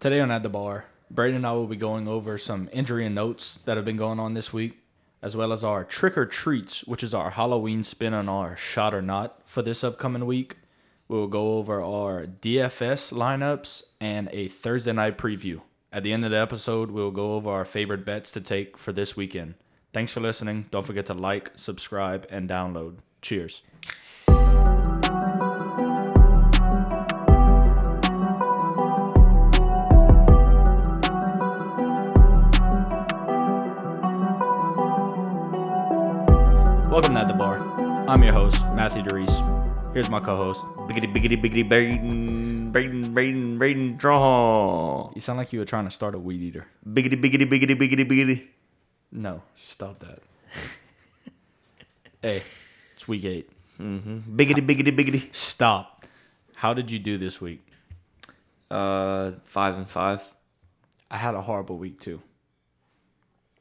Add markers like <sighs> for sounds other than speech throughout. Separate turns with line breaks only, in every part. Today on At the Bar, Braden and I will be going over some injury and notes that have been going on this week, as well as our trick or treats, which is our Halloween spin on our shot or not for this upcoming week. We will go over our DFS lineups and a Thursday night preview. At the end of the episode, we'll go over our favorite bets to take for this weekend. Thanks for listening. Don't forget to like, subscribe, and download. Cheers. Welcome to At the Bar. I'm your host, Matthew DeReese. Here's my co host.
Biggity biggity biggity Braden Braden Braden Braden draw.
You sound like you were trying to start a weed eater.
Biggity biggity biggity biggity biggity.
No, stop that. <laughs> hey, it's week eight.
Biggity biggity biggity.
Stop. How did you do this week?
Uh five and five.
I had a horrible week too.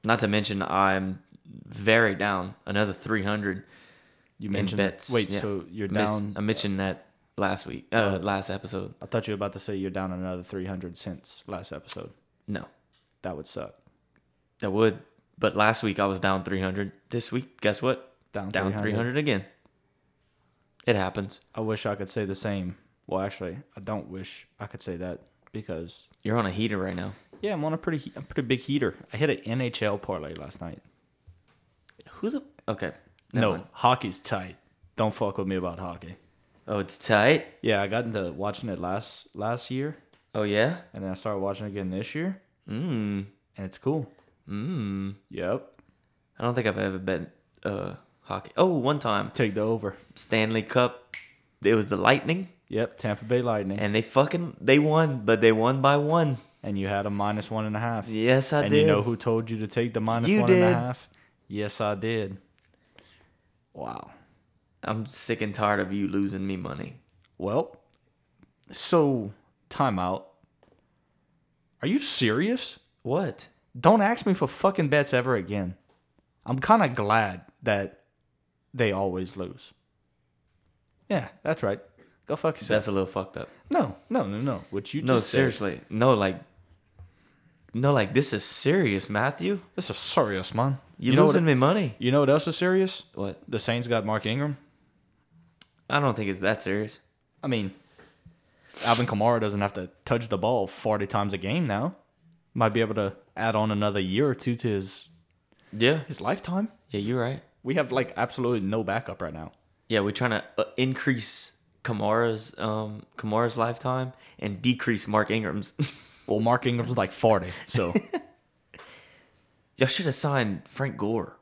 Not to mention I'm very down. Another three hundred.
You mentioned
bets.
Wait,
Yeah.
so you're
Miss-
down? Oh.
I mentioned that last week. Uh last episode.
I thought you were about to say you're down another three hundred since last episode.
No.
That would suck.
That would but last week I was down three hundred. This week, guess what?
Down
Down
300.
three hundred again. It happens.
I wish I could say the same. Well, actually, I don't wish I could say that because
You're on a heater right now.
yeah, I'm on a pretty he- a pretty big heater. I hit an NHL parlay last night.
Who the Okay. never
No,
mind.
hockey's tight. Don't fuck with me about hockey.
Oh, it's tight.
Yeah, I got into watching it last last year,
Oh yeah?
and then I started watching it again this year,
Mmm.
and it's cool. Mm.
Mmm.
Yep.
I don't think I've ever bet uh hockey. Oh, one time
Take the over.
Stanley Cup. It was the Lightning,
Yep, Tampa Bay Lightning, and,
and they fucking they won, but they won by one.
you had a minus one and a half.
Yes, I
and
did.
you know who told you to take the minus
You
one and a half?
did.
Yes, I did. Wow.
I'm sick and tired of you losing me money.
Well, so timeout. Are you serious?
What?
Don't ask me for fucking bets ever again. I'm kind of glad that they always lose. Yeah, that's right. Go fuck yourself.
That's a little fucked up.
no, no, no, no. What you
No,
just said-
seriously. No, like, no, like this is serious, Matthew.
This is serious, man.
You,
know what-
losing me money?
You know what else is serious?
What?
The Saints got Mark Ingram.
I don't think it's that serious.
I mean, Alvin Kamara doesn't have to touch the ball 40 times a game now. Might be able to add on another year or two to his
Yeah.
his lifetime.
Yeah, you're right.
We have like absolutely no backup right now.
Yeah, we're trying to uh, increase Kamara's um Kamara's lifetime and decrease Mark Ingram's. <laughs>
Well, Mark Ingram's like 40, <laughs> so
Y'all should have signed Frank Gore.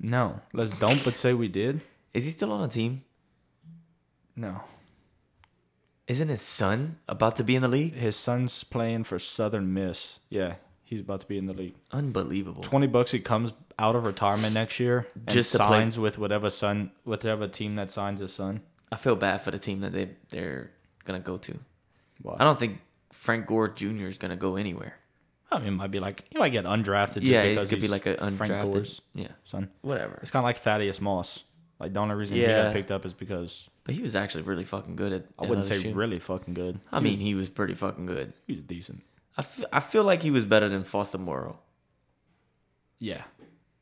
no. Let's don't but say we did.
Is he still on a team?
No.
Isn't his son about to be in the league?
His son's playing for Southern Miss. Yeah, he's about to be in the league.
Unbelievable.
20 bucks he comes out of retirement next year and
Just to play-
signs with whatever son whatever team that signs his son.
I feel bad for the team that they they're gonna go to.
Why?
I don't think Frank Gore Jr. is gonna go anywhere.
I mean, it might be like he might get undrafted. Just
yeah,
because
he's gonna be like an
Frank
undrafted.
Gore's
Yeah,
son.
whatever.
It's kind of like Thaddeus Moss. Like the only reason he got
Yeah.
picked up is because
But he was actually really fucking good at.
I wouldn't say
LSU.
really fucking good.
I mean, he was pretty fucking good.
he was decent.
I, f- I feel like he was better than Foster Morrow.
Yeah,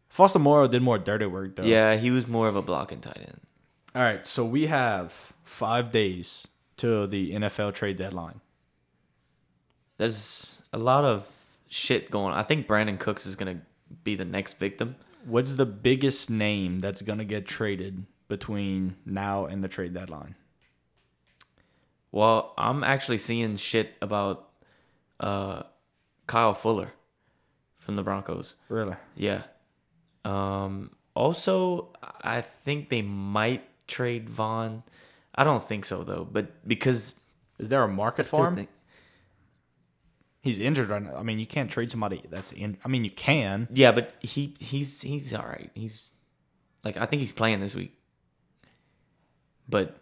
Foster Morrow did more dirty work though.
Yeah, he was more of a blocking tight end.
All right, so we have five days till the NFL trade deadline.
There's a lot of shit going. on. I think Brandon Cooks is gonna be the next victim.
What's the biggest name that's gonna get traded between now and the trade deadline?
Well, I'm actually seeing shit about uh, Kyle Fuller from the Broncos.
Really?
Yeah. Um, also, I think they might trade Vaughn. I don't think so though, but because
Is there a market
still
for him?
think-
He's injured right now. I mean, you can't trade somebody that's in. I mean, you can.
yeah, but he he's he's all right. He's like I think he's playing this week, but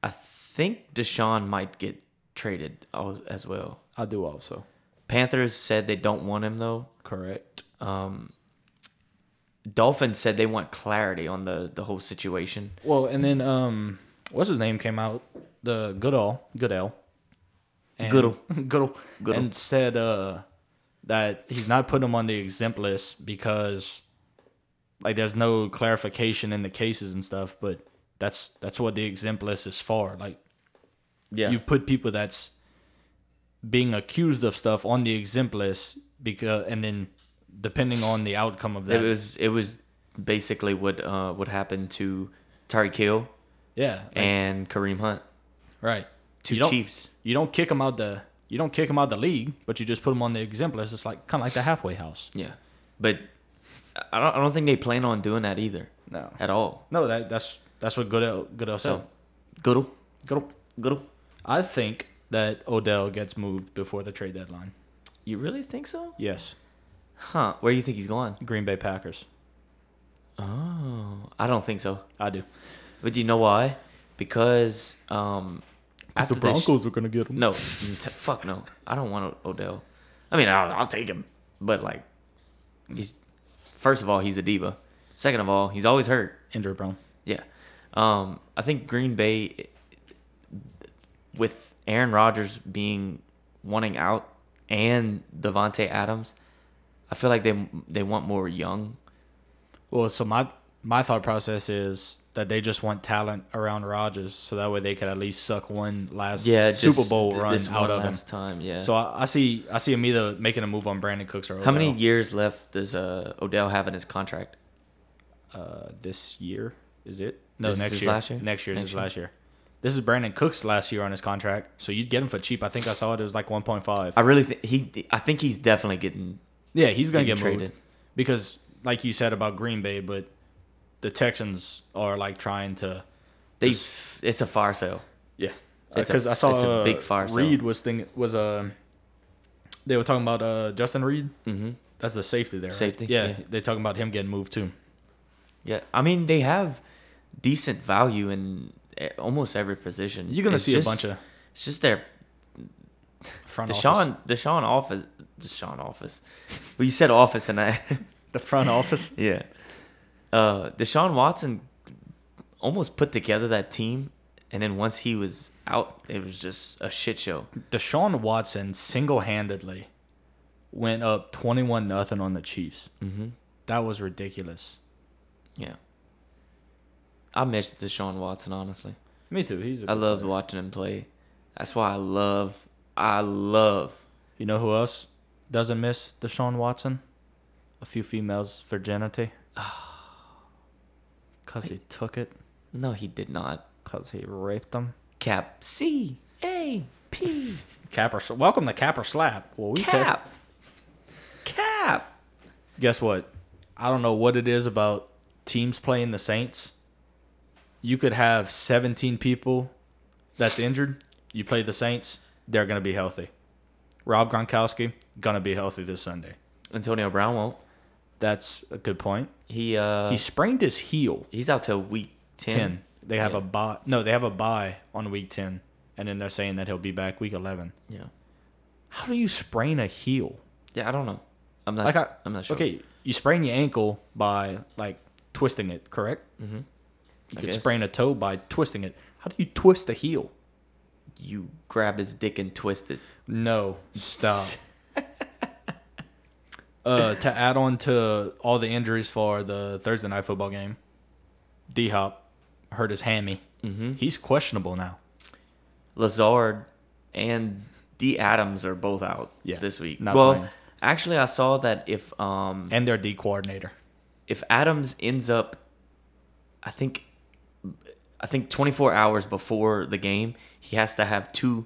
I think Deshaun might get traded al- as well.
I do also.
Panthers said they don't want him though.
Correct.
um, Dolphins said they want clarity on the the whole situation.
<laughs> Well, and then um, what's his name came out? The Goodall, Goodell, and
Goodell.
Goodell,
Goodell.
and said uh, that he's not putting him on the exempt list because like there's no clarification in the cases and stuff, but that's that's what the exempt list is for. Like
Yeah.
you put people that's being accused of stuff on the exempt list because and then depending on the outcome of
it
that
was it was basically what uh what happened to Tyreek Hill
yeah like,
and Kareem Hunt,
right
two
You don't-
Chiefs.
you don't kick them out the you don't kick them out the league but you just put them on the exempt list it's like kind of like the halfway house
Yeah. But I- I don't I don't think they plan on doing that either
no
at all.
no that that's that's what Goodell Goodell said
So Goodell,
Goodell
Goodell.
I think that Odell gets moved before the trade deadline
You really think so?
yes
Huh. Where do you think he's going?
Green Bay Packers
Oh, I don't think so.
I do
But you know why? Because um, after this-
are gonna get him
no, t- fuck no. I don't want O- Odell. I mean, I'll, I'll take him, but like, he's first of all he's a diva. Second of all, he's always hurt.
Andrew Brown
Yeah, um, I think Green Bay, with Aaron Rodgers being wanting out and Devonte Adams, I feel like they they want more young.
Well, so my my thought process is that they just want talent around Rodgers, so that way they could at least suck one last Super
just
Bowl
th-
run
this
out
one
of him.
last time. Yeah.
So I, I see I see him either making a move on Brandon Cooks or
How many
Odell,
years left does uh, Odell have in his contract?
Uh, this year is it? No,
This is
next
his
year.
last year?
Next year's
Next
his
year.
last year. This is Brandon Cooks' last year on his contract, so you'd get him for cheap. I think I saw it. It was like one point five.
I really think he. I think he's definitely getting.
Yeah, he's gonna get
Getting
traded.
traded.
because, like you said about Green Bay, but the Texans are like trying to
They. f- It's a fire sale.
Yeah,
It's a-
because I saw
it's a
uh,
big fire sale.
Reed was thing was uh, they were talking about uh Justin Reed. Mm-hmm. That's the safety there. right?
Safety,
Yeah,
yeah.
they talking about him getting moved too.
Yeah, I mean they have decent value in e- almost every position.
You're gonna
It's
see
just-
a bunch of
It's just their
front office.
Deshaun Deshaun office Deshaun office. <laughs> Well, you said office, and I <laughs>
The front office. <laughs>
yeah. Uh, Deshaun Watson almost put together that team, and then once he was out, it was just a shit show.
Deshaun Watson single handedly went up twenty one nothing on the Chiefs.
Mm-hmm.
That was ridiculous.
Yeah. I miss Deshaun Watson, honestly.
Me too. He's. a
I
good
loved
player.
watching him play. That's why I love, I love.
You know who else doesn't miss Deshaun Watson? A few females' <sighs> virginity. Cause he took it.
No, he did not.
Cause he raped them.
Cap C A
<laughs>
P
Capper, welcome to Capper Slap. Well, we test.
Cap Cap.
Guess what? I don't know what it is about teams playing the Saints. You could have 17 people that's injured. You play the Saints, they're gonna be healthy. Rob Gronkowski gonna be healthy this Sunday.
Antonio Brown won't.
That's a good point.
He uh
He
he's,
sprained his heel.
out till week 10.
10. They have
Yeah.
a buy. No, they have a buy on week 10, and then they're saying that he'll be back week 11.
Yeah.
How do you sprain a heel?
Yeah, I don't know. I'm not
like I,
am not sure.
Okay, you sprain your ankle by like twisting it, correct? You
Mm-hmm. I
can
guess.
sprain a toe by twisting it. How do you twist a heel?
You grab his dick and twist it.
No,
<laughs>
stop. uh, to add on to all the injuries for the Thursday night football game, D Hop hurt his hammy. Mm-hmm. He's questionable now.
Lazard and D Adams are both out
Yeah,
this week.
not
well,
playing.
actually I saw that if um
And their D coordinator.
if Adams ends up, I think, I think 24 hours before the game, he has to have two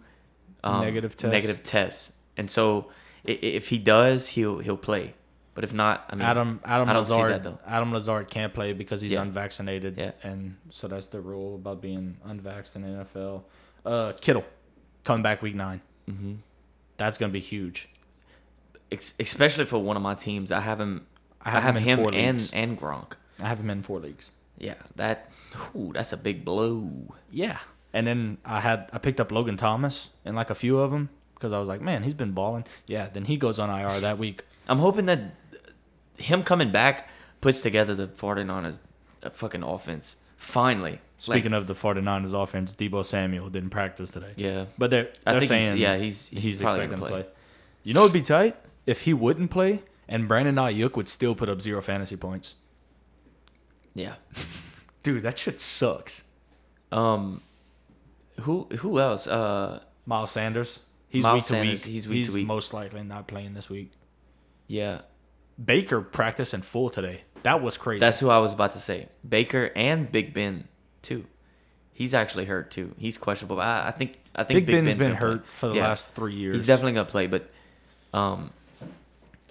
um,
Negative tests.
negative tests. and so i- i- if he does, he'll he'll play. But if not, I mean,
Adam Adam
I don't see
Lazard
that, though.
Adam Lazard can't play because he's
Yeah.
unvaccinated.
Yeah.
And so that's the rule about being unvaxxed in the NFL. Uh Kittle coming back week 9 Mm-hmm. That's gonna be huge.
ex- especially for one of my teams, I have him. I have,
in
him
four
and
leagues.
and Gronk.
I have him in four leagues.
Yeah, that ooh, that's a big blow.
Yeah. And then I had I picked up Logan Thomas and like a few of them because I was like, man, he's been balling. Yeah. Then he goes on IR that
<laughs>
week.
I'm hoping that him coming back puts together the 49ers uh, fucking offense Finally.
Speaking of the 49ers offense, Debo Samuel didn't practice today.
Yeah.
But they're,
I
they're
think he's-
saying
yeah, he's- he's probably
expecting
gonna
to play. You know it would be tight? If he wouldn't play and Brandon Ayuk would still put up zero fantasy points.
Yeah.
Dude, that shit sucks.
Um who who else? Uh
Miles Sanders. He's
Miles
week to
Sanders,
week.
he's week to week.
most likely not playing this week.
yeah.
Baker practiced in full today. That was crazy.
That's who I was about to say. Baker and Big Ben too. He's actually hurt too. He's questionable. But I, I think I think
Big, Ben's been
gonna play.
hurt for the
Yeah.
last three years.
He's definitely gonna play, but um,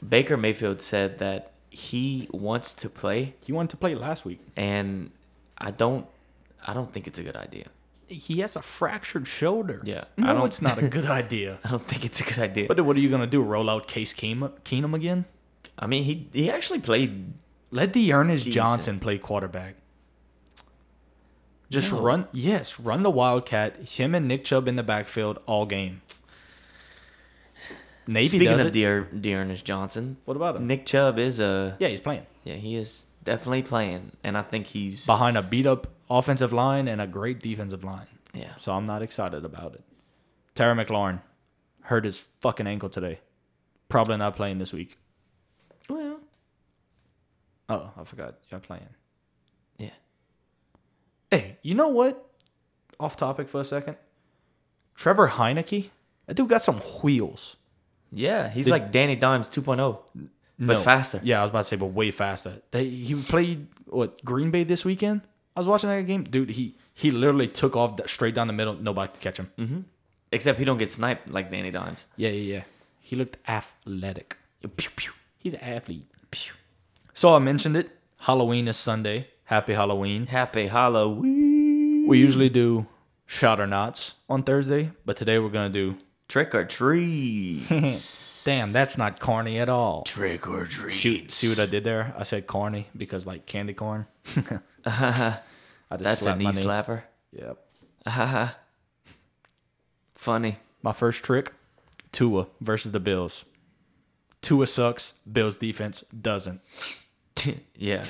Baker Mayfield said that he wants to play,
he wanted to play last week.
and I don't, I don't think it's a good idea. <laughs>
He has a fractured shoulder.
Yeah, I
No,
don't-
it's not a good <laughs> idea.
I don't think it's a good idea.
But what are you gonna do? Roll out Case Keenum, Keenum again?
I mean, he he actually played.
Let the Ernest
Decent.
Johnson play quarterback. Just
No.
run, yes, run the Wildcat. Him and Nick Chubb in the backfield all game. Navy
Speaking
does
of
it.
Dear Dearness Johnson,
what about him?
Nick Chubb is a
yeah, he's playing
yeah he is definitely playing, and I think he's
behind a beat up offensive line and a great defensive line.
yeah
So I'm not excited about it. Terry McLaurin hurt his fucking ankle today. Probably not playing this week.
well
Oh, I forgot. You're playing.
yeah
Hey, you know what? Off topic for a second. Trevor Heineke? That dude got some wheels.
yeah he's like Danny Dimes 2.0, but
No.
faster.
Yeah, I was about to say, but way faster. They, he played what Green Bay this weekend. I was watching that game, dude. He he literally took off th- straight down the middle. Nobody could catch him.
Mm-hmm. Except he don't get sniped like Danny Dimes.
Yeah, yeah, yeah. He looked athletic.
Pew, pew,
He's an athlete.
pew.
So I mentioned it. Halloween is Sunday. Happy Halloween.
Happy Halloween.
We usually do shot or knots on Thursday, but today we're gonna do.
Trick
<laughs>
or treats.
Damn, that's not corny at all.
Trick or treats.
See, see what I did there? I said corny because like candy corn. <laughs> I just
Uh-huh. That's a
slapped
knee
my
slapper.
Yep.
Funny. <laughs>
My first trick, Tua versus the Bills. Tua sucks. Bills defense doesn't.
yeah.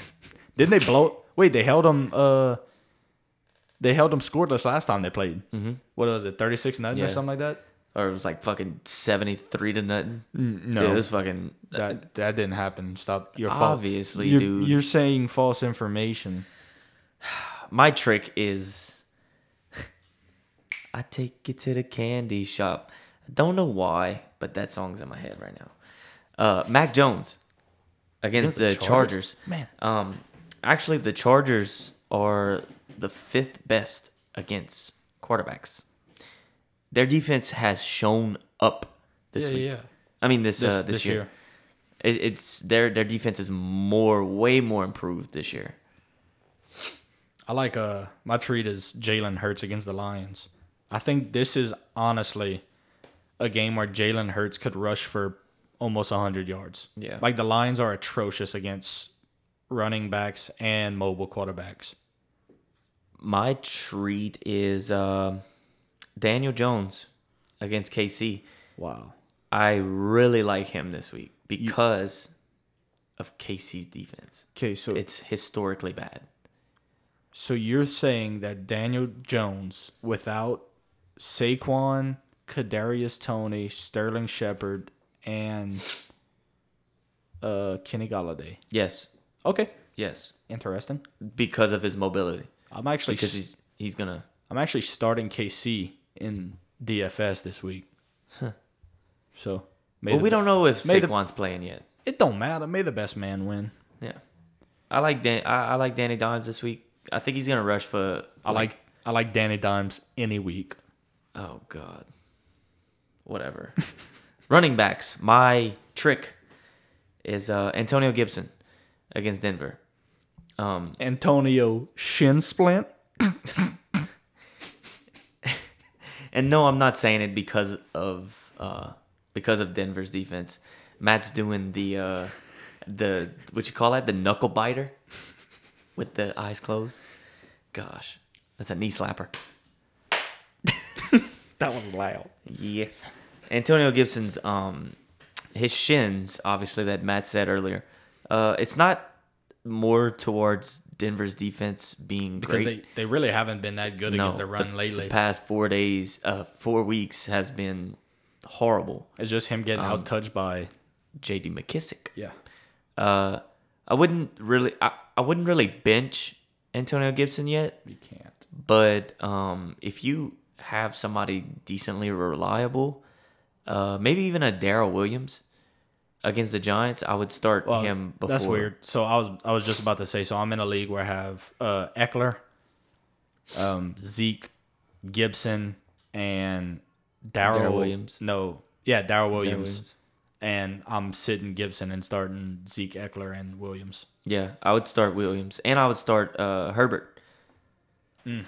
Didn't they blow? Wait, they held them. Uh, they held them scoreless last time they played. Mm-hmm. What was it, thirty six nothing
Yeah.
or something like that?
Or it was like fucking 73 to nothing.
Mm, no.
Dude, it was fucking.
That that didn't happen. Stop. Your fault.
Obviously,
you're,
dude.
You're saying false information.
My trick is <laughs> I take you to the candy shop. I don't know why, but that song's in my head right now. Uh, Mac Jones against the,
Against the Chargers?
Chargers.
Man.
Um, actually, the Chargers are the fifth best against quarterbacks. Their defense has shown up this week. I mean, this,
This,
uh, this,
this
year.
year.
It, it's their their defense is more, way more improved this year.
I like uh my treat is Jalen Hurts against the Lions. I think this is honestly a game where Jalen Hurts could rush for almost hundred yards.
Yeah.
like the Lions are atrocious against running backs and mobile quarterbacks.
My treat is um Daniel Jones against KC.
Wow.
I really like him this week because of KC's defense.
Okay, so
It's historically bad.
so you're saying that Daniel Jones without Saquon, Kadarius Tony, Sterling Shepard, and uh Kenny Galladay.
Yes,
Okay,
yes,
interesting.
because of his mobility.
I'm actually
Because he's he's gonna.
I'm actually starting KC in DFS this week. So, may
Well,
the
we
be-
don't know if
May the-
Saquon's playing yet.
It don't matter. May the best man win.
Yeah, I like Dan. I, I like Danny Dimes this week. I think he's gonna rush for.
I like I like Danny Dimes any week.
Oh God. Whatever. <laughs> Running backs. My trick is uh, Antonio Gibson against Denver. Um,
Antonio shin splint.
and no, I'm not saying it because of uh, because of Denver's defense. Matt's doing the uh, the what you call that the knuckle biter with the eyes closed. Gosh, that's a knee slapper.
<laughs> That was loud.
Yeah. Antonio Gibson's um his shins, obviously that Matt said earlier. Uh it's not more towards Denver's defense being
because
great.
they, they really haven't been that good against the run
the,
lately.
The past four days, uh, four weeks has been horrible.
It's just him getting out touched by
J.D. McKissick.
yeah.
Uh, I wouldn't really, I, I wouldn't really bench Antonio Gibson yet,
You can't.
but um, if you have somebody decently reliable, uh, maybe even a Daryl Williams against the Giants, I would start
Well,
him before.
That's weird. So I was I was just about to say. So I'm in a league where I have uh, Eckler, um, Zeke, Gibson, and Daryl
Darrell Williams.
No, yeah, Daryl Williams.
Williams.
And I'm sitting Gibson and starting Zeke Eckler and Williams.
Yeah, I would start Williams, and I would start uh, Herbert. I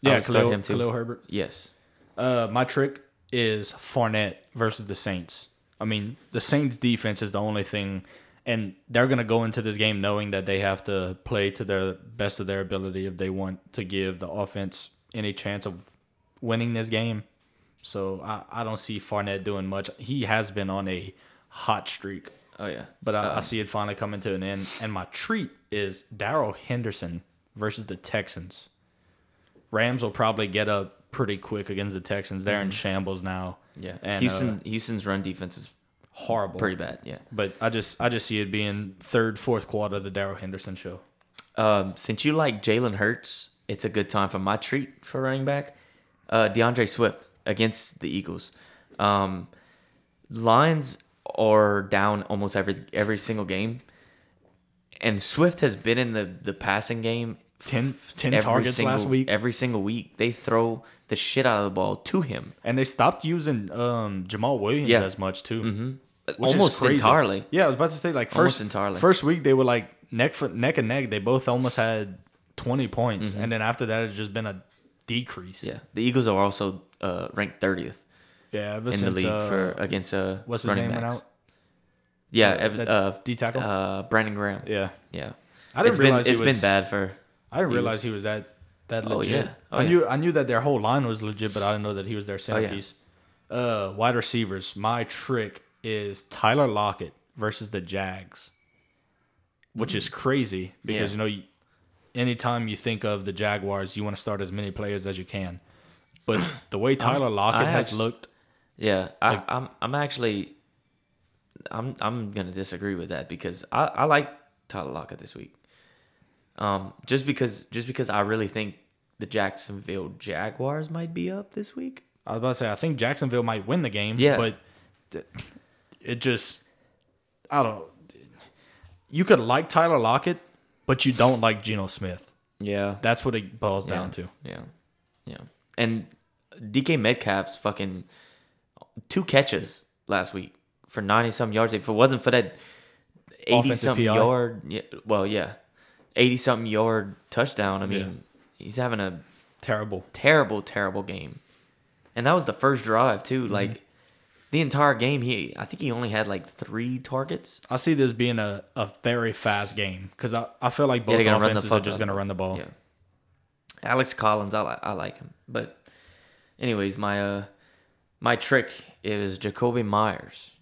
Yeah,
would start
Khalil,
him too.
Khalil Herbert.
Yes.
Uh, my trick is Fournette versus the Saints. I mean, the Saints defense is the only thing, and they're gonna go into this game knowing that they have to play to their best of their ability if they want to give the offense any chance of winning this game. So I, I don't see Fournette doing much. He has been on a hot streak,
Oh yeah.
but I, I see it finally coming to an end. And my treat is Daryl Henderson versus the Texans. Rams will probably get up pretty quick against the Texans. They're in shambles now.
Mm-hmm. Yeah.
and,
Houston.
uh,
Houston's run defense is
horrible.
pretty bad. Yeah.
But I just I just see it being third, fourth quarter of the Daryl Henderson show.
Um, since you like Jalen Hurts, it's a good time for my treat for running back, uh, DeAndre Swift against the Eagles. Um, Lions are down almost every every single game, and Swift has been in the the passing game.
10 10
every
targets
single-
last week.
Every single week, they throw the shit out of the ball to him.
And they stopped using um, Jamal Williams
Yeah.
as much too. Mm-hmm.
Almost entirely.
Yeah, I was about to say like first
Almost entirely.
First week they were like neck for neck and neck. They both almost had twenty points, and then after that it's just been a decrease.
Mm-hmm. Yeah, the Eagles are also uh, ranked thirtieth
yeah. Ever
in
since
the league
uh,
for against uh,
what's his
running
name went
backs.
out?
Yeah, ev-
that
uh,
D tackle?
uh, Brandon Graham.
Yeah,
yeah.
I didn't
It's
realize
been,
he
it's
was-
been bad for.
I didn't
He was-
realize he was that that
Oh,
legit.
yeah. Oh,
I
yeah. Oh,
knew I knew that their whole line was legit, but I didn't know that he was their
yeah.
centerpiece. Uh, wide receivers. My trick is Tyler Lockett versus the Jags, which is crazy because
Yeah.
you know, you- anytime you think of the Jaguars, you want to start as many players as you can. But the way Tyler Lockett
Uh-huh. I
has
actu-
looked,
Yeah, I, I'm. I'm actually. I'm. I'm gonna disagree with that because I. I like Tyler Lockett this week. Um, just because, just because I really think the Jacksonville Jaguars might be up this week.
I was about to say, I think Jacksonville might win the game.
Yeah.
But th- it just, I don't. You could like Tyler Lockett, but you don't like Geno Smith.
Yeah,
That's what it boils down to.
Yeah, yeah. And DK Metcalf's fucking two catches last week for ninety some yards. If it wasn't for that eighty
Offensive
something
PI.
yard, yeah, well, yeah, eighty something yard touchdown. I mean, he's having a
Terrible.
terrible, terrible game. And that was the first drive too. Like the entire game, he I think he only had like three targets.
I see this being a, a very fast game because I, I feel like both
they're gonna run the
offenses are
fuck
just
up.
going to run the ball.
Yeah. Alex Collins, I like I like him. But anyways, my uh my trick is Jacoby Myers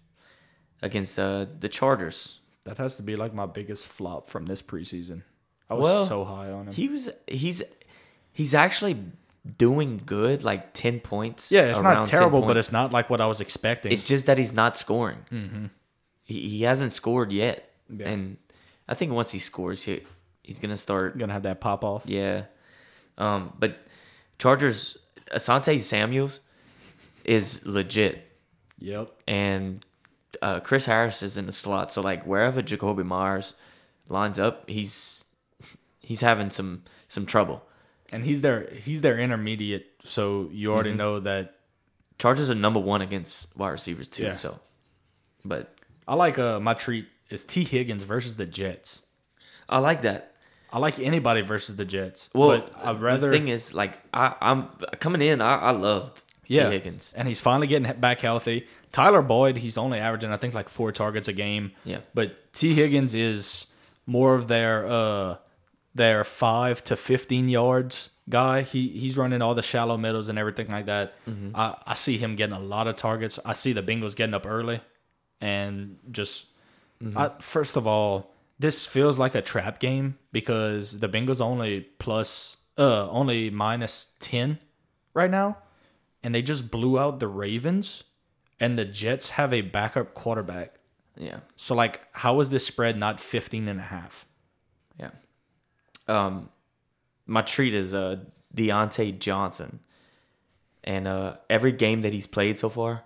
against uh the Chargers.
That has to be like my biggest flop from this preseason. I was
Well,
so high on him.
He was he's he's actually doing good, like ten points.
yeah, it's
around
not
10
terrible, but
points.
it's not like what I was expecting.
It's just that he's not scoring.
Mm-hmm.
He, he hasn't scored yet, and I think once he scores, he he's gonna start.
going to have that pop off.
Yeah, um, but Chargers Asante Samuel's is legit,
Yep.
and uh, Chris Harris is in the slot. So like wherever Jacoby Myers lines up, he's he's having some some trouble.
And he's their he's their intermediate, so you already
Mm-hmm.
know that
Chargers are number one against wide receivers too.
Yeah.
So, but
I like uh my treat is T Higgins versus the Jets.
I like that.
I like anybody versus the Jets.
Well,
but I'd rather
the thing is, like, I, I'm coming in. I, I loved
yeah,
T. Higgins.
and he's finally getting he- back healthy. Tyler Boyd, he's only averaging I think like four targets a game.
Yeah.
but T Higgins is more of their uh their five to fifteen yards guy. He he's running all the shallow middles and everything like that.
Mm-hmm.
I I see him getting a lot of targets.
Mm-hmm.
I see the Bengals getting up early, and just I, first of all, this feels like a trap game because the Bengals are only plus uh only minus 10 right now and they just blew out the Ravens and the Jets have a backup quarterback.
Yeah.
So like how is this spread not 15 and a half?
Yeah. Um, my treat is uh Deontay Johnson, and uh every game that he's played so far,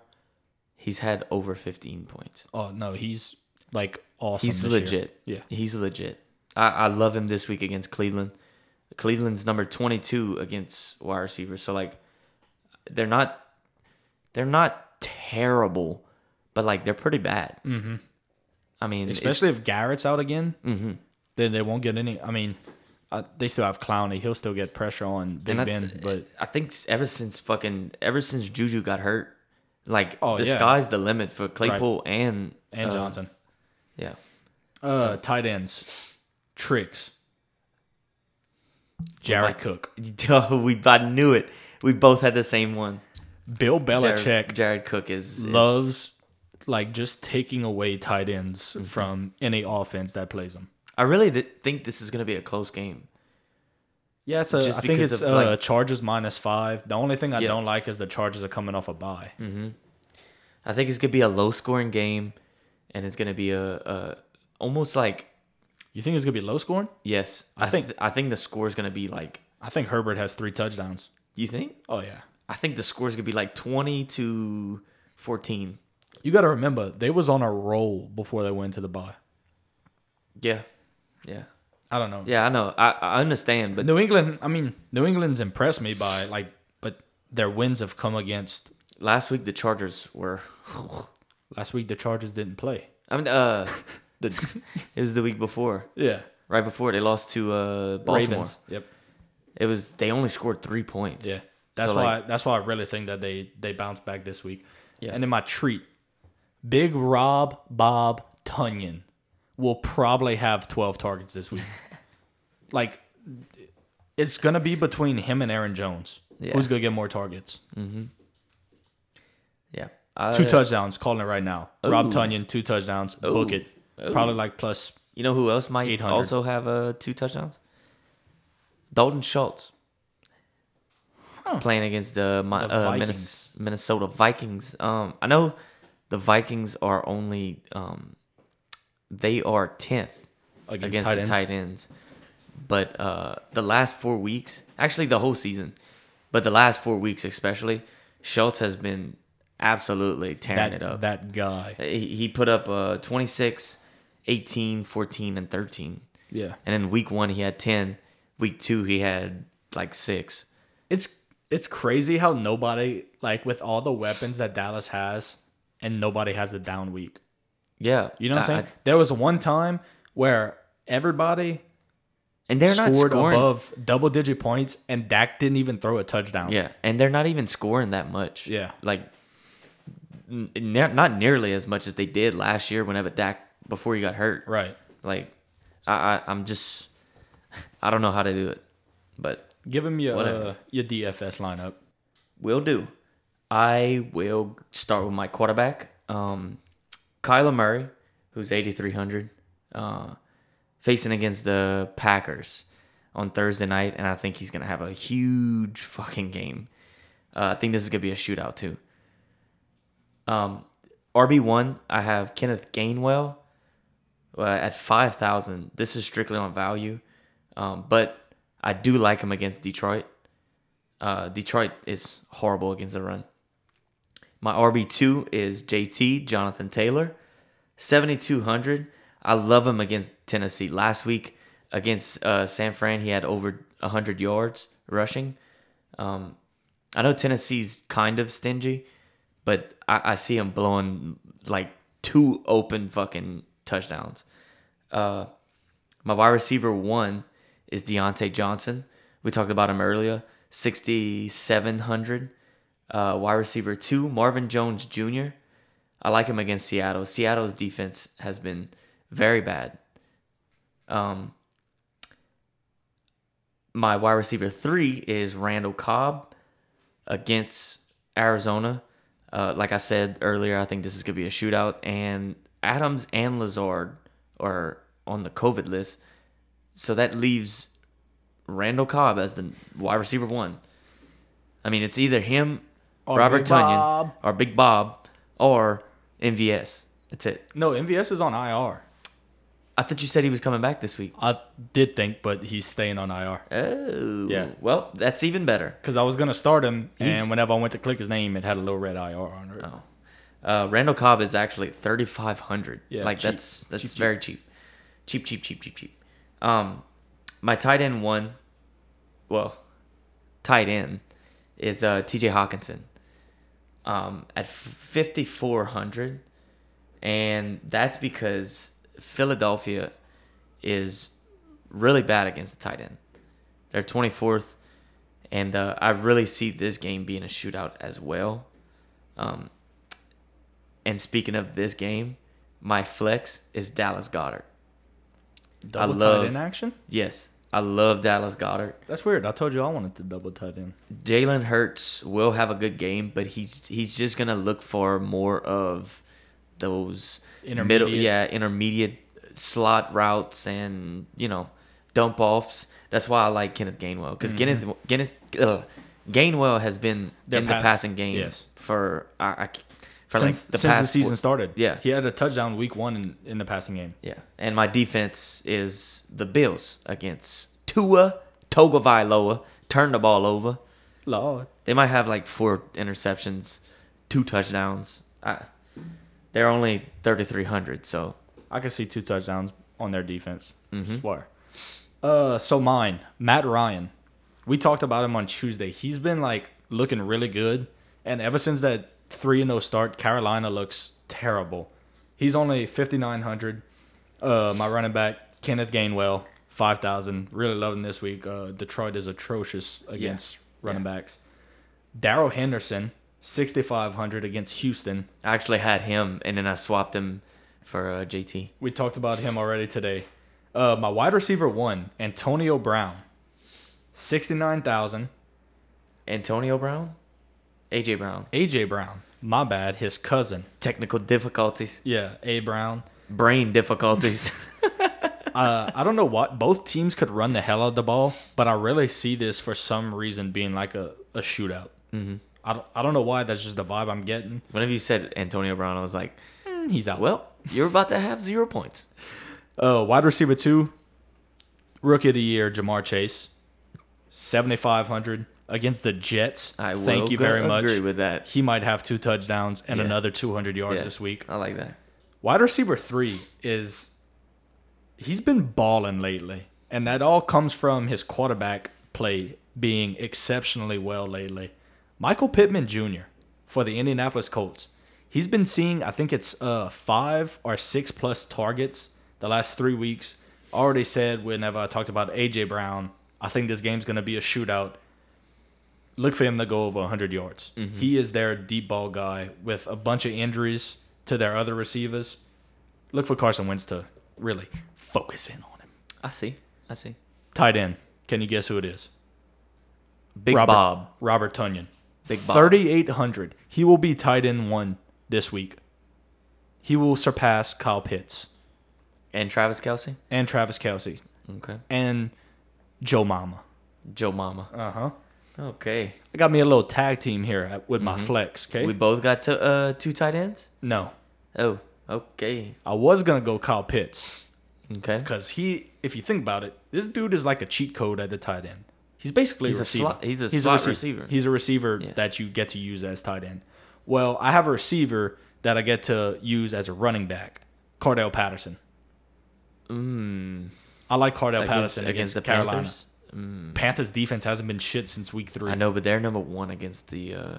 he's had over fifteen points.
Oh no, he's like awesome.
He's
this year.
legit.
Yeah.
he's legit. I, I love him this week against Cleveland. Cleveland's number twenty two against wide receivers, so like they're not they're not terrible, but like they're pretty bad. Mm-hmm. I mean, it's-
Especially if Garrett's out again, mm-hmm. then they won't get any. I mean, uh, they still have Clowney. He'll still get pressure on Big
And I-
Ben, but
I think s- ever since fucking ever since Juju got hurt, like
Oh,
the
yeah.
sky's the limit for Claypool and
and
uh,
Johnson.
Yeah, <laughs>
Uh, tight ends, tricks. Jared
Like-
Cook,
Duh, we I knew it. We both had the same one.
Bill
Jared-
Belichick
Jared, Cook is, is
loves like just taking away tight ends from any offense that plays them.
I really th- think this is gonna be a close game.
Yeah, it's a,
Just
I think
because
it's
of,
uh,
like-
Chargers minus five. The only thing I
Yeah.
don't like is the Chargers are coming off a bye.
I think it's gonna be a low scoring game, and it's gonna be a, a almost like
You think it's gonna be low scoring?
yes. I, think I think the score's gonna be like
I think Herbert has three touchdowns.
you think.
Oh yeah,
I think the score's gonna be like twenty to fourteen.
You got to remember they was on a roll before they went to the bye.
Yeah, yeah.
I don't know.
Yeah, I know. I, I understand, but
New England. I mean, New England's impressed me by like, but their wins have come against.
last week the Chargers were.
Last week the Chargers didn't play.
I mean, uh, the, it was the week before,
Yeah,
right before they lost to uh Baltimore.
Ravens. Yep.
It was they only scored three points.
Yeah, that's
So,
why.
like-
that's why I really think that they they bounce back this week.
Yeah.
And then my treat, Big Rob Bob Tunyon will probably have twelve targets this
<laughs>
week. like, it's gonna be between him and Aaron Jones.
Yeah.
Who's gonna get more targets?
Oh, yeah. I,
Two touchdowns, calling it right now. Rob
Ooh.
Tunyon, two touchdowns, book
Ooh.
it. Probably like plus.
You know who else might
800.
also have uh two touchdowns? Dalton Schultz playing against the, Mi-
The
uh,
Vikings.
Minnes- Minnesota Vikings. Um, I know the Vikings are only um, they are tenth
Against
against,
tight
the
ends.
tight ends, but uh, the last four weeks, actually the whole season, but the last four weeks especially, Schultz has been absolutely tearing
That
it up.
that guy.
He he put up uh, 26, 18, 14, and 13.
Yeah.
And then week one, he had 10. Week two, he had like six.
It's it's crazy how nobody like with all the weapons that Dallas has, and nobody has a down week.
Yeah.
You know what
I-
I'm
I-
saying? There was one time where everybody
and they're not
scored
scoring.
above double digit points, and Dak didn't even throw a touchdown.
Yeah. And they're not even scoring that much.
Yeah.
Like, n- ne- not nearly as much as they did last year whenever Dak, before he got hurt.
Right.
Like, I, I, I'm just, <laughs> I don't know how to do it, but
Give him your
Whatever.
uh, your DFS lineup.
Will do. I will start with my quarterback, um, Kyler Murray, who's 8,300, uh, facing against the Packers on Thursday night, and I think he's going to have a huge fucking game. Uh, I think this is going to be a shootout, too. Um, RB1, I have Kenneth Gainwell uh, at 5,000. This is strictly on value, um, but I do like him against Detroit. Uh, Detroit is horrible against the run. My RB2 is JT, Jonathan Taylor, 7,200. I love him against Tennessee. Last week against uh, San Fran, he had over 100 yards rushing. Um, I know Tennessee's kind of stingy, but I, I see him blowing like two open fucking touchdowns. Uh, my wide receiver one is Deontay Johnson. We talked about him earlier, 6,700. Uh, wide receiver two, Marvin Jones Jr. I like him against Seattle. Seattle's defense has been very bad. Um, my wide receiver three is Randall Cobb against Arizona. Uh, like I said earlier, I think this is going to be a shootout. And Adams and Lazard are on the COVID list. So that leaves Randall Cobb as the wide receiver one. I mean, it's either him,
Or
Robert
Big
Tunyon,
Bob.
or Big Bob, or MVS. That's it.
No, MVS is on IR.
I thought you said he was coming back this week.
I did think, but he's staying on IR
Oh,
Yeah.
Well, that's even better.
because I was gonna start him,
He's-
and whenever I went to click his name, it had a little red IR on it.
Oh. Uh, Randall Cobb is actually thirty five hundred.
Yeah,
like
cheap.
that's that's
Cheap, cheap.
very cheap. cheap, cheap, cheap, cheap, cheap. Um, my tight end one, well, tight end is uh T.J. Hawkinson, um at fifty four hundred, and that's because Philadelphia is really bad against the tight end. They're twenty fourth, and uh, I really see this game being a shootout as well. Um, and speaking of this game, my flex is Dallas Goddard.
Double
love-
tight end action.
Yes, I love Dallas Goddard.
That's weird. I told you I wanted to double tight end.
Jalen Hurts will have a good game, but he's he's just gonna look for more of those middle,
Intermediate.
yeah, intermediate slot routes and you know dump offs. That's why I like Kenneth Gainwell because Kenneth Kenneth uh, Gainwell has been
Mm-hmm. Their
in the
pass-
passing game
yes.
for I, I for
Since,
like the
since the
past four-
season started,
Yeah.
he had a touchdown week one in, in the passing game.
Yeah, and my defense is the Bills against Tua Tagovailoa. Turn the ball over.
Lord,
They might have like four interceptions, two touchdowns. I, they're only thirty three hundred, so
I could see two touchdowns on their defense. Swear. Uh, so mine, Matt Ryan. We talked about him on Tuesday. He's been like looking really good, and ever since that three and zero start, Carolina looks terrible. He's only fifty nine hundred. Uh, my running back Kenneth Gainwell, five thousand. Really loving this week. Uh, Detroit is atrocious against running backs. Darrow Henderson, sixty five hundred against Houston.
I actually had him, and then I swapped him for uh, JT.
We talked about him already today. Uh, my wide receiver one, Antonio Brown, sixty nine thousand.
Antonio Brown, AJ Brown,
AJ Brown, my bad, his cousin.
technical difficulties,
Yeah, A Brown. <laughs>
brain difficulties.
Uh, I don't know what both teams could run the hell out of the ball, but I really see this for some reason being like a, a shootout. Mm-hmm. I don't, I don't know why. That's just the vibe I'm getting.
Whenever you said Antonio Brown, I was like,
Mm, He's out.
well, you're about to have zero points.
Uh, wide receiver two, rookie of the year, Jamar Chase, seventy five hundred against the Jets.
I will
Thank you
go-
very much.
Agree with that.
he might have two touchdowns and
Yeah.
another 200 yards
Yeah,
this week.
I like that.
Wide receiver three is he's been balling lately, and that all comes from his quarterback play being exceptionally well lately. Michael Pittman Jr. for the Indianapolis Colts. He's been seeing, I think it's uh, five or six plus targets the last three weeks. Already said whenever I talked about AJ Brown, I think this game's going to be a shootout look for him to go over 100 yards.
Mm-hmm.
He is their deep ball guy with a bunch of injuries to their other receivers. Look for Carson Wentz to really focus in on him.
I see. I see.
Tight end. Can you guess who it is?
Big
Robert,
Bob.
Robert Tunyon.
Big Bob.
3,800. He will be tight end one this week. He will surpass Kyle Pitts
And Travis Kelsey.
and Travis Kelsey
Okay.
and Joe Mama.
Joe Mama.
Uh huh.
Okay.
I got me a little tag team here at- with
Mm-hmm.
my flex, okay?
We both got to uh two tight ends?
no.
Oh, okay.
I was going to go Kyle Pitts.
Okay.
Because he, if you think about it, this dude is like a cheat code at the tight end. He's basically
He's a
receiver.
slot- he's a slot receiver.
He's a receiver
Yeah.
that you get to use as tight end. Well, I have a receiver that I get to use as a running back, Cardell Patterson.
Hmm.
I like Cardell Patterson against, Carolina. Hmm. Panthers? defense hasn't been shit since week three.
Hmm. I know, but they're number one against the uh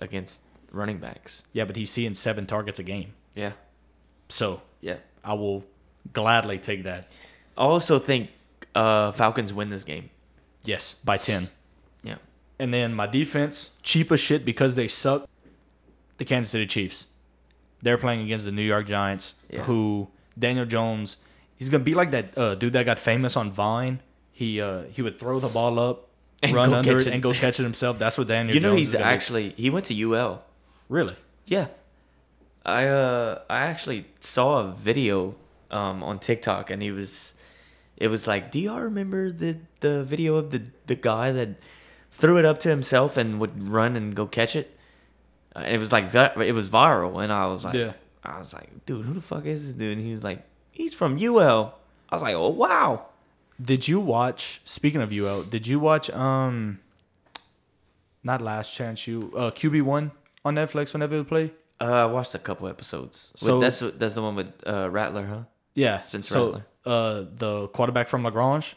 against running backs.
Yeah, but he's seeing seven targets a game.
Yeah.
So
Yeah.
I will gladly take that.
I also think uh Falcons win this game.
Yes, by 10.
Yeah.
And then my defense, cheap as shit because they suck. The Kansas City Chiefs. They're playing against the New York Giants,
Yeah.
who Daniel Jones, he's gonna be like that uh, dude that got famous on Vine. He uh, he would throw the ball up,
And
run
go
under
catch
it,
it.
and go catch it himself. That's what Daniel.
You know
Jones
he's
is gonna be.
actually he went to UL.
really
Yeah. I uh I actually saw a video um, on TikTok, and he was, it was like, do y'all remember the the video of the the guy that threw it up to himself and would run and go catch it? Uh, it was like that. It was viral, and I was like,
Yeah.
I was like, dude, who the fuck is this dude? And he was like, he's from UL. I was like, oh wow.
Did you watch? Speaking of UL, did you watch um, not Last Chance U, uh, QB one on Netflix whenever it play?
Uh, I watched a couple episodes. Wait,
So-
that's what- that's the one with uh, Rattler, huh?
Yeah,
Spencer
so
Rattler.
uh, the quarterback from Lagrange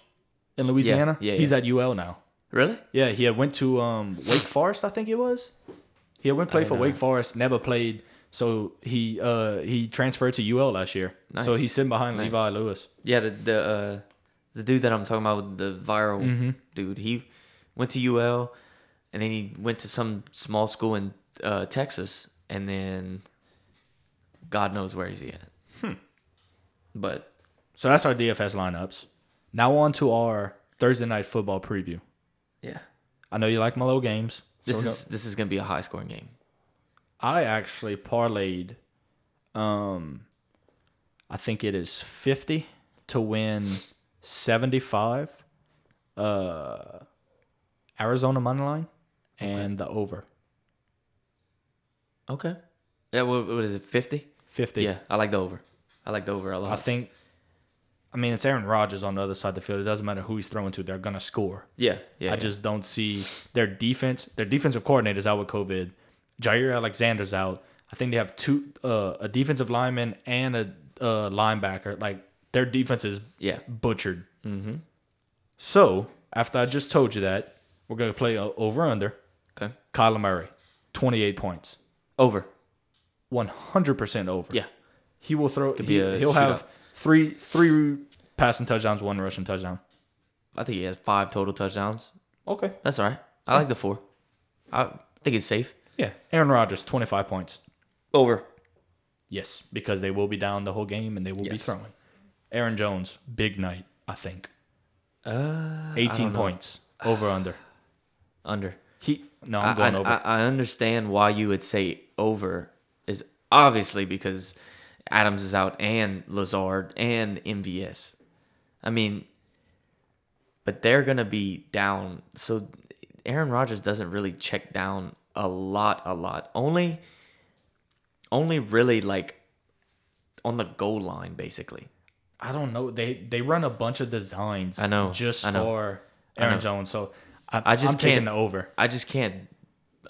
in Louisiana,
yeah,
he's
yeah.
at UL now.
Really?
Yeah, he had went to um, Wake Forest, I think it was. He had went play
don't
for
know.
Wake Forest, never played. So he uh, he transferred to UL last year. So
Nice.
he's sitting behind
Nice.
Levi Lewis.
Yeah, the the uh, the dude that I'm talking about, the viral
Mm-hmm.
dude, he went to UL, and then he went to some small school in uh, Texas, and then God knows where he's at. Hmm. But
So that's our DFS lineups. Now on to our Thursday night football preview.
yeah,
I know you like my little games.
this
So-
is this is gonna be a high scoring game.
I actually parlayed. Um, I think it is fifty to win seventy five. Uh, Arizona money line and the over
Okay. Yeah. What, what is it? Fifty.
fifty.
Yeah, I like the over. I like the over a
I
lot.
think. I mean, it's Aaron Rodgers on the other side of the field. It doesn't matter who he's throwing to; they're gonna score.
yeah. Yeah.
I
yeah.
just don't see their defense. Their defensive coordinator's out with COVID. Jair Alexander's out. I think they have two uh, a defensive lineman and a uh, linebacker. Like their defense is
Yeah.
butchered. Mm-hmm. So after I just told you that, we're gonna play a over under.
Okay.
Kyler Murray, twenty eight points,
Over.
one hundred percent over.
Yeah.
he will throw. He,
be a
will have
shootout.
three three passing touchdowns, one rushing touchdown.
I think he has five total touchdowns.
Okay.
That's all right.
Hmm.
I like the four. I think it's safe.
Yeah, Aaron Rodgers, twenty five points.
Over.
Yes, because they will be down the whole game and they will be
Yes.
throwing. Aaron Jones, big night, I think. Uh, 18 points <sighs> over under.
Under.
He no,
i
I'm going
I,
over.
I, I understand why you would say over is obviously because Adams is out and Lazard and MVS. I mean, but they're going to be down. So Aaron Rodgers doesn't really check down a lot, a lot. Only, only really like on the goal line, basically.
I, don't know. They they run a bunch of designs.
I know,
just
I know,
for
know.
Aaron Jones. So I,
I just
am taking
can't-
the over.
I just can't.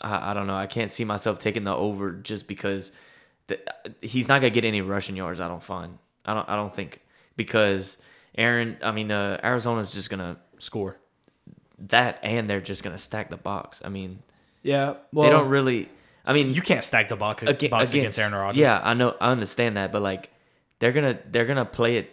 I, I don't know. I can't see myself taking the over just because the, he's not gonna get any rushing yards. I don't find. I don't. I don't think because Aaron. I mean, uh, Arizona's just gonna
Score.
that, and they're just gonna stack the box. I mean,
Yeah. Well,
they don't really. I mean,
you can't stack the box,
aga-
box against Aaron Rodgers.
Yeah, I know. I understand that, but like, they're gonna they're gonna play it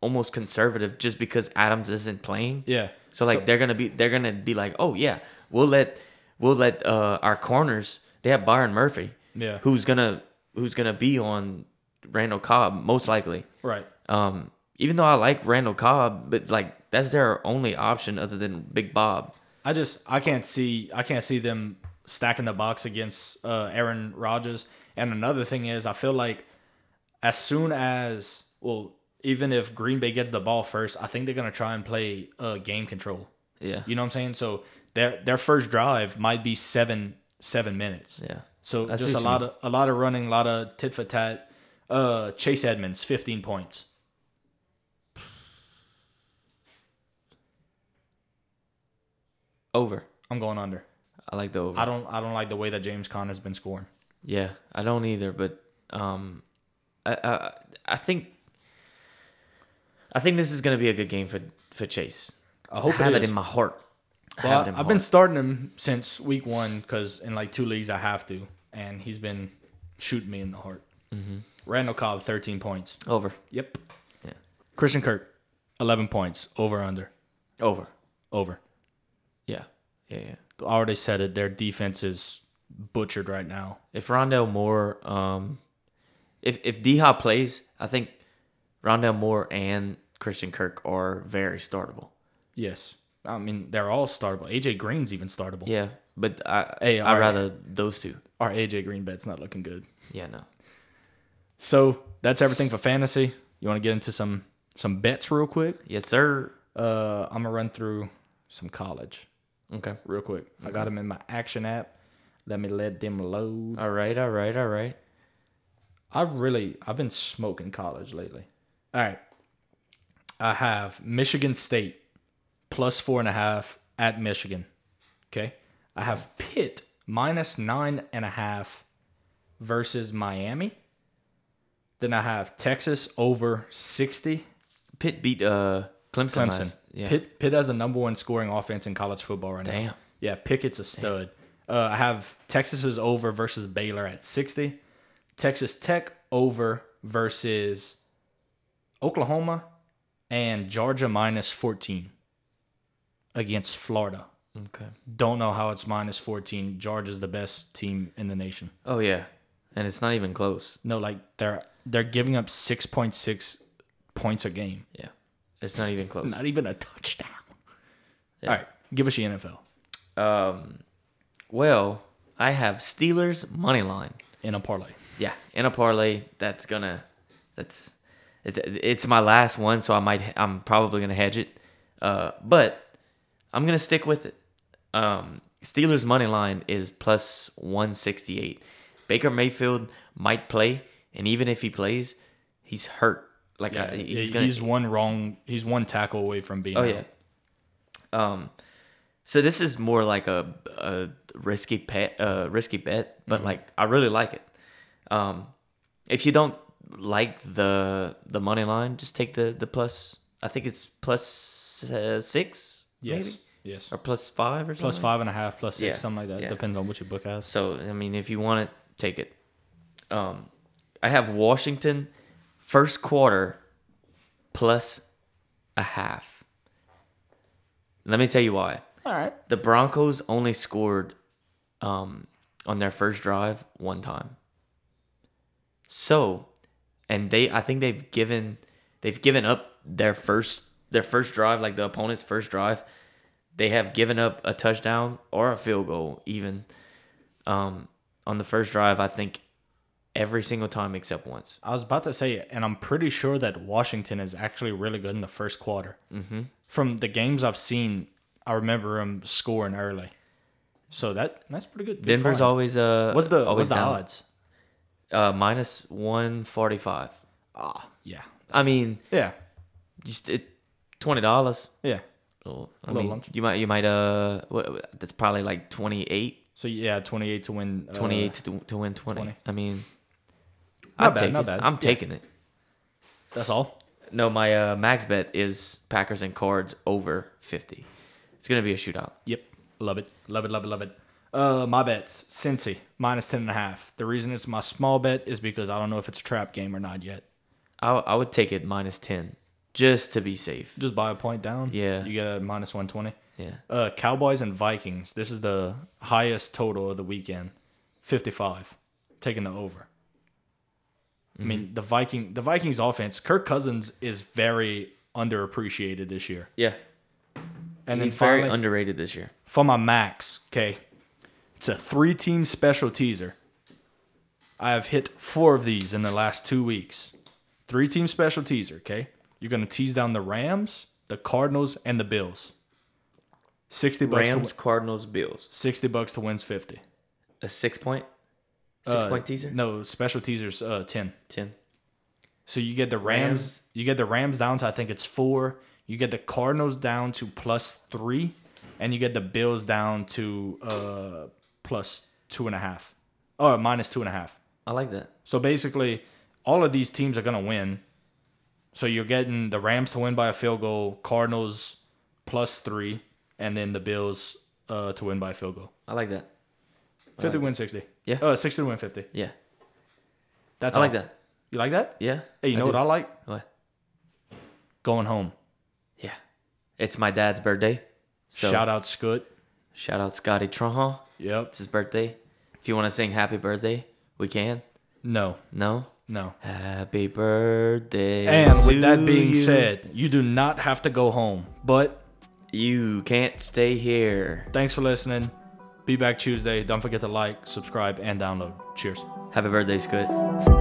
almost conservative just because Adams isn't playing.
Yeah.
So like they're gonna be they're gonna be like, oh yeah, we'll let we'll let uh, our corners. They have Byron Murphy,
Yeah.
who's gonna who's gonna be on Randall Cobb most likely.
Right.
Um, even though I like Randall Cobb, but like that's their only option other than Big Bob.
I just I can't see I can't see them stacking the box against uh, Aaron Rodgers. And another thing is, I feel like as soon as well, even if Green Bay gets the ball first, I think they're gonna try and play uh, game control.
Yeah,
You know what I'm saying? So their their first drive might be seven seven minutes.
yeah.
So
I see
just a
what you
lot of a lot of running, a lot of tit for tat. Uh, Chase Edmonds, 15 points.
Over.
I'm going under.
I like the over.
I don't I don't like the way that James Conner's been scoring.
Yeah, I don't either, but um, I I, I think I think this is gonna be a good game for for Chase.
I hope it
have it,
is.
in my heart. I
Well,
have it in my
I've been
heart.
starting him since week one because in like two leagues I have to, and he's been shooting me in the heart. Randall Cobb, thirteen points.
over,
Yep.
Yeah.
Christian Kirk, eleven points. Over under.
over.
Over.
Yeah, yeah, yeah.
I already said it. Their defense is butchered right now.
If Rondell Moore, um, if if D Hop plays, I think Rondell Moore and Christian Kirk are very startable.
Yes. I mean they're all startable. AJ Green's even startable.
Yeah, but I
Hey,
I
alright.
rather those two.
Our AJ Green bet's not looking good.
Yeah, no.
So that's everything for fantasy. You want to get into some some bets real quick?
Yes, sir.
Uh, I'm gonna run through some college
Okay.
real quick. I got them in my action app. Let me let them load.
All right. All right. All right.
I really I've been smoking college lately. All right. I have Michigan State plus four and a half at Michigan. Okay. I have Pitt minus nine and a half versus Miami. Then I have Texas over 60
Pitt beat uh Clemson.
Clemson.
last- Yeah.
Pitt Pitt has the number one scoring offense in college football right now.
Damn.
Yeah, Pickett's a stud. Uh, I have Texas is over versus Baylor at sixty. Texas Tech over versus Oklahoma and Georgia minus fourteen against Florida.
Okay.
Don't know how it's minus fourteen. Georgia's the best team in the nation.
Oh yeah, and it's not even close.
No, like they're they're giving up six point six points a game.
Yeah. It's not even close.
Not even a touchdown. All right, give us your NFL
Um. Well, I have Steelers money line.
in a parlay.
Yeah, in a parlay, that's gonna, that's, it, it's my last one, so I might, I'm probably gonna hedge it, uh, but I'm gonna stick with it. Um, Steelers money line is plus one sixty eight. Baker Mayfield might play, and even if he plays, he's hurt. Like I, he's
he's,
gonna,
one wrong. He's one tackle away from being.
Oh
out.
yeah. Um, so this is more like a, a risky pet, uh, risky bet,
Mm-hmm.
but like I really like it. Um, if you don't like the the money line, just take the the plus. I think it's plus uh, six,
Yes.
maybe
Yes.
or plus five or something.
Plus five and a half, plus six,
Yeah,
something like that.
yeah.
Depends on what your book has.
So I mean, if you want it, take it. Um, I have Washington first quarter plus a half. Let me tell you why.
All right.
The Broncos only scored um, on their first drive one time. So, and they I think they've given they've given up their first their first drive like the opponent's first drive. They have given up a touchdown or a field goal even um, on the first drive. I think every single time except once.
I was about to say it, and I'm pretty sure that Washington is actually really good in the first quarter. Mm-hmm. From the games I've seen, I remember him scoring early. So that that's pretty good. good
Denver's
find.
always uh
What's the what's
always
the
down.
odds?
Uh, minus one forty five.
Ah, yeah,
I mean,
yeah,
just it, twenty dollars.
yeah.
Well, I
Little
mean,
lunch.
you might, you might, uh, what, that's probably like 28,
So yeah, 28 to win. uh,
28 to, to win 20.
20.
I mean,
Not
I'm
bad,
taking,
not bad.
I'm
Yeah.
taking it.
that's all.
No, my uh, max bet is Packers and Cards over 50. It's gonna be a shootout.
Yep. Love it. Love it. Love it. Love it. Uh, my bets. Cincy minus ten and a half. The reason it's my small bet is because I don't know if it's a trap game or not yet.
I, I would take it minus 10 just to be safe.
Just buy a point down.
Yeah.
You get a minus one twenty.
Yeah,
Uh, Cowboys and Vikings. This is the highest total of the weekend. Fifty five. Taking the over. I
Mm-hmm.
mean the Viking the Vikings offense. Kirk Cousins is very underappreciated this year.
yeah,
And
and
then
he's very
finally-
underrated this year.
for my max, okay, it's a three team special teaser. I have hit four of these in the last two weeks. Three team special teaser, okay? You're going to tease down the Rams, the Cardinals, and the Bills. 60 bucks,
Rams,
To, win-
Cardinals, Bills,
60 bucks to wins 50.
a six point, six
Uh,
point teaser,
No, special teasers uh 10.
10.
So you get the Rams,
Rams.
you get the Rams down to I think it's 4. You get the Cardinals down to plus 3 and you get the Bills down to uh plus two and a half. Or minus two and a half.
I like that.
So basically, all of these teams are going to win. So you're getting the Rams to win by a field goal, Cardinals plus three, and then the Bills uh, to win by a field goal.
I like that.
50 win 60.
Yeah.
Uh, 60 win 50.
Yeah,
That's
I like
all.
that.
You like that?
Yeah.
Hey, you know
do.
what I like?
What?
Going home.
Yeah. It's my dad's birthday. So
Shout
shout out,
out Scoot.
Scotty Trunha.
Yep.
It's his birthday. If you want to sing happy birthday, we can.
No,
No?
no.
Happy birthday.
And with
to
that being
you.
said, you do not have to go home. But
you can't stay here.
thanks for listening. Be back Tuesday. Don't forget to like, subscribe, and download. Cheers.
Happy birthday, Scoot.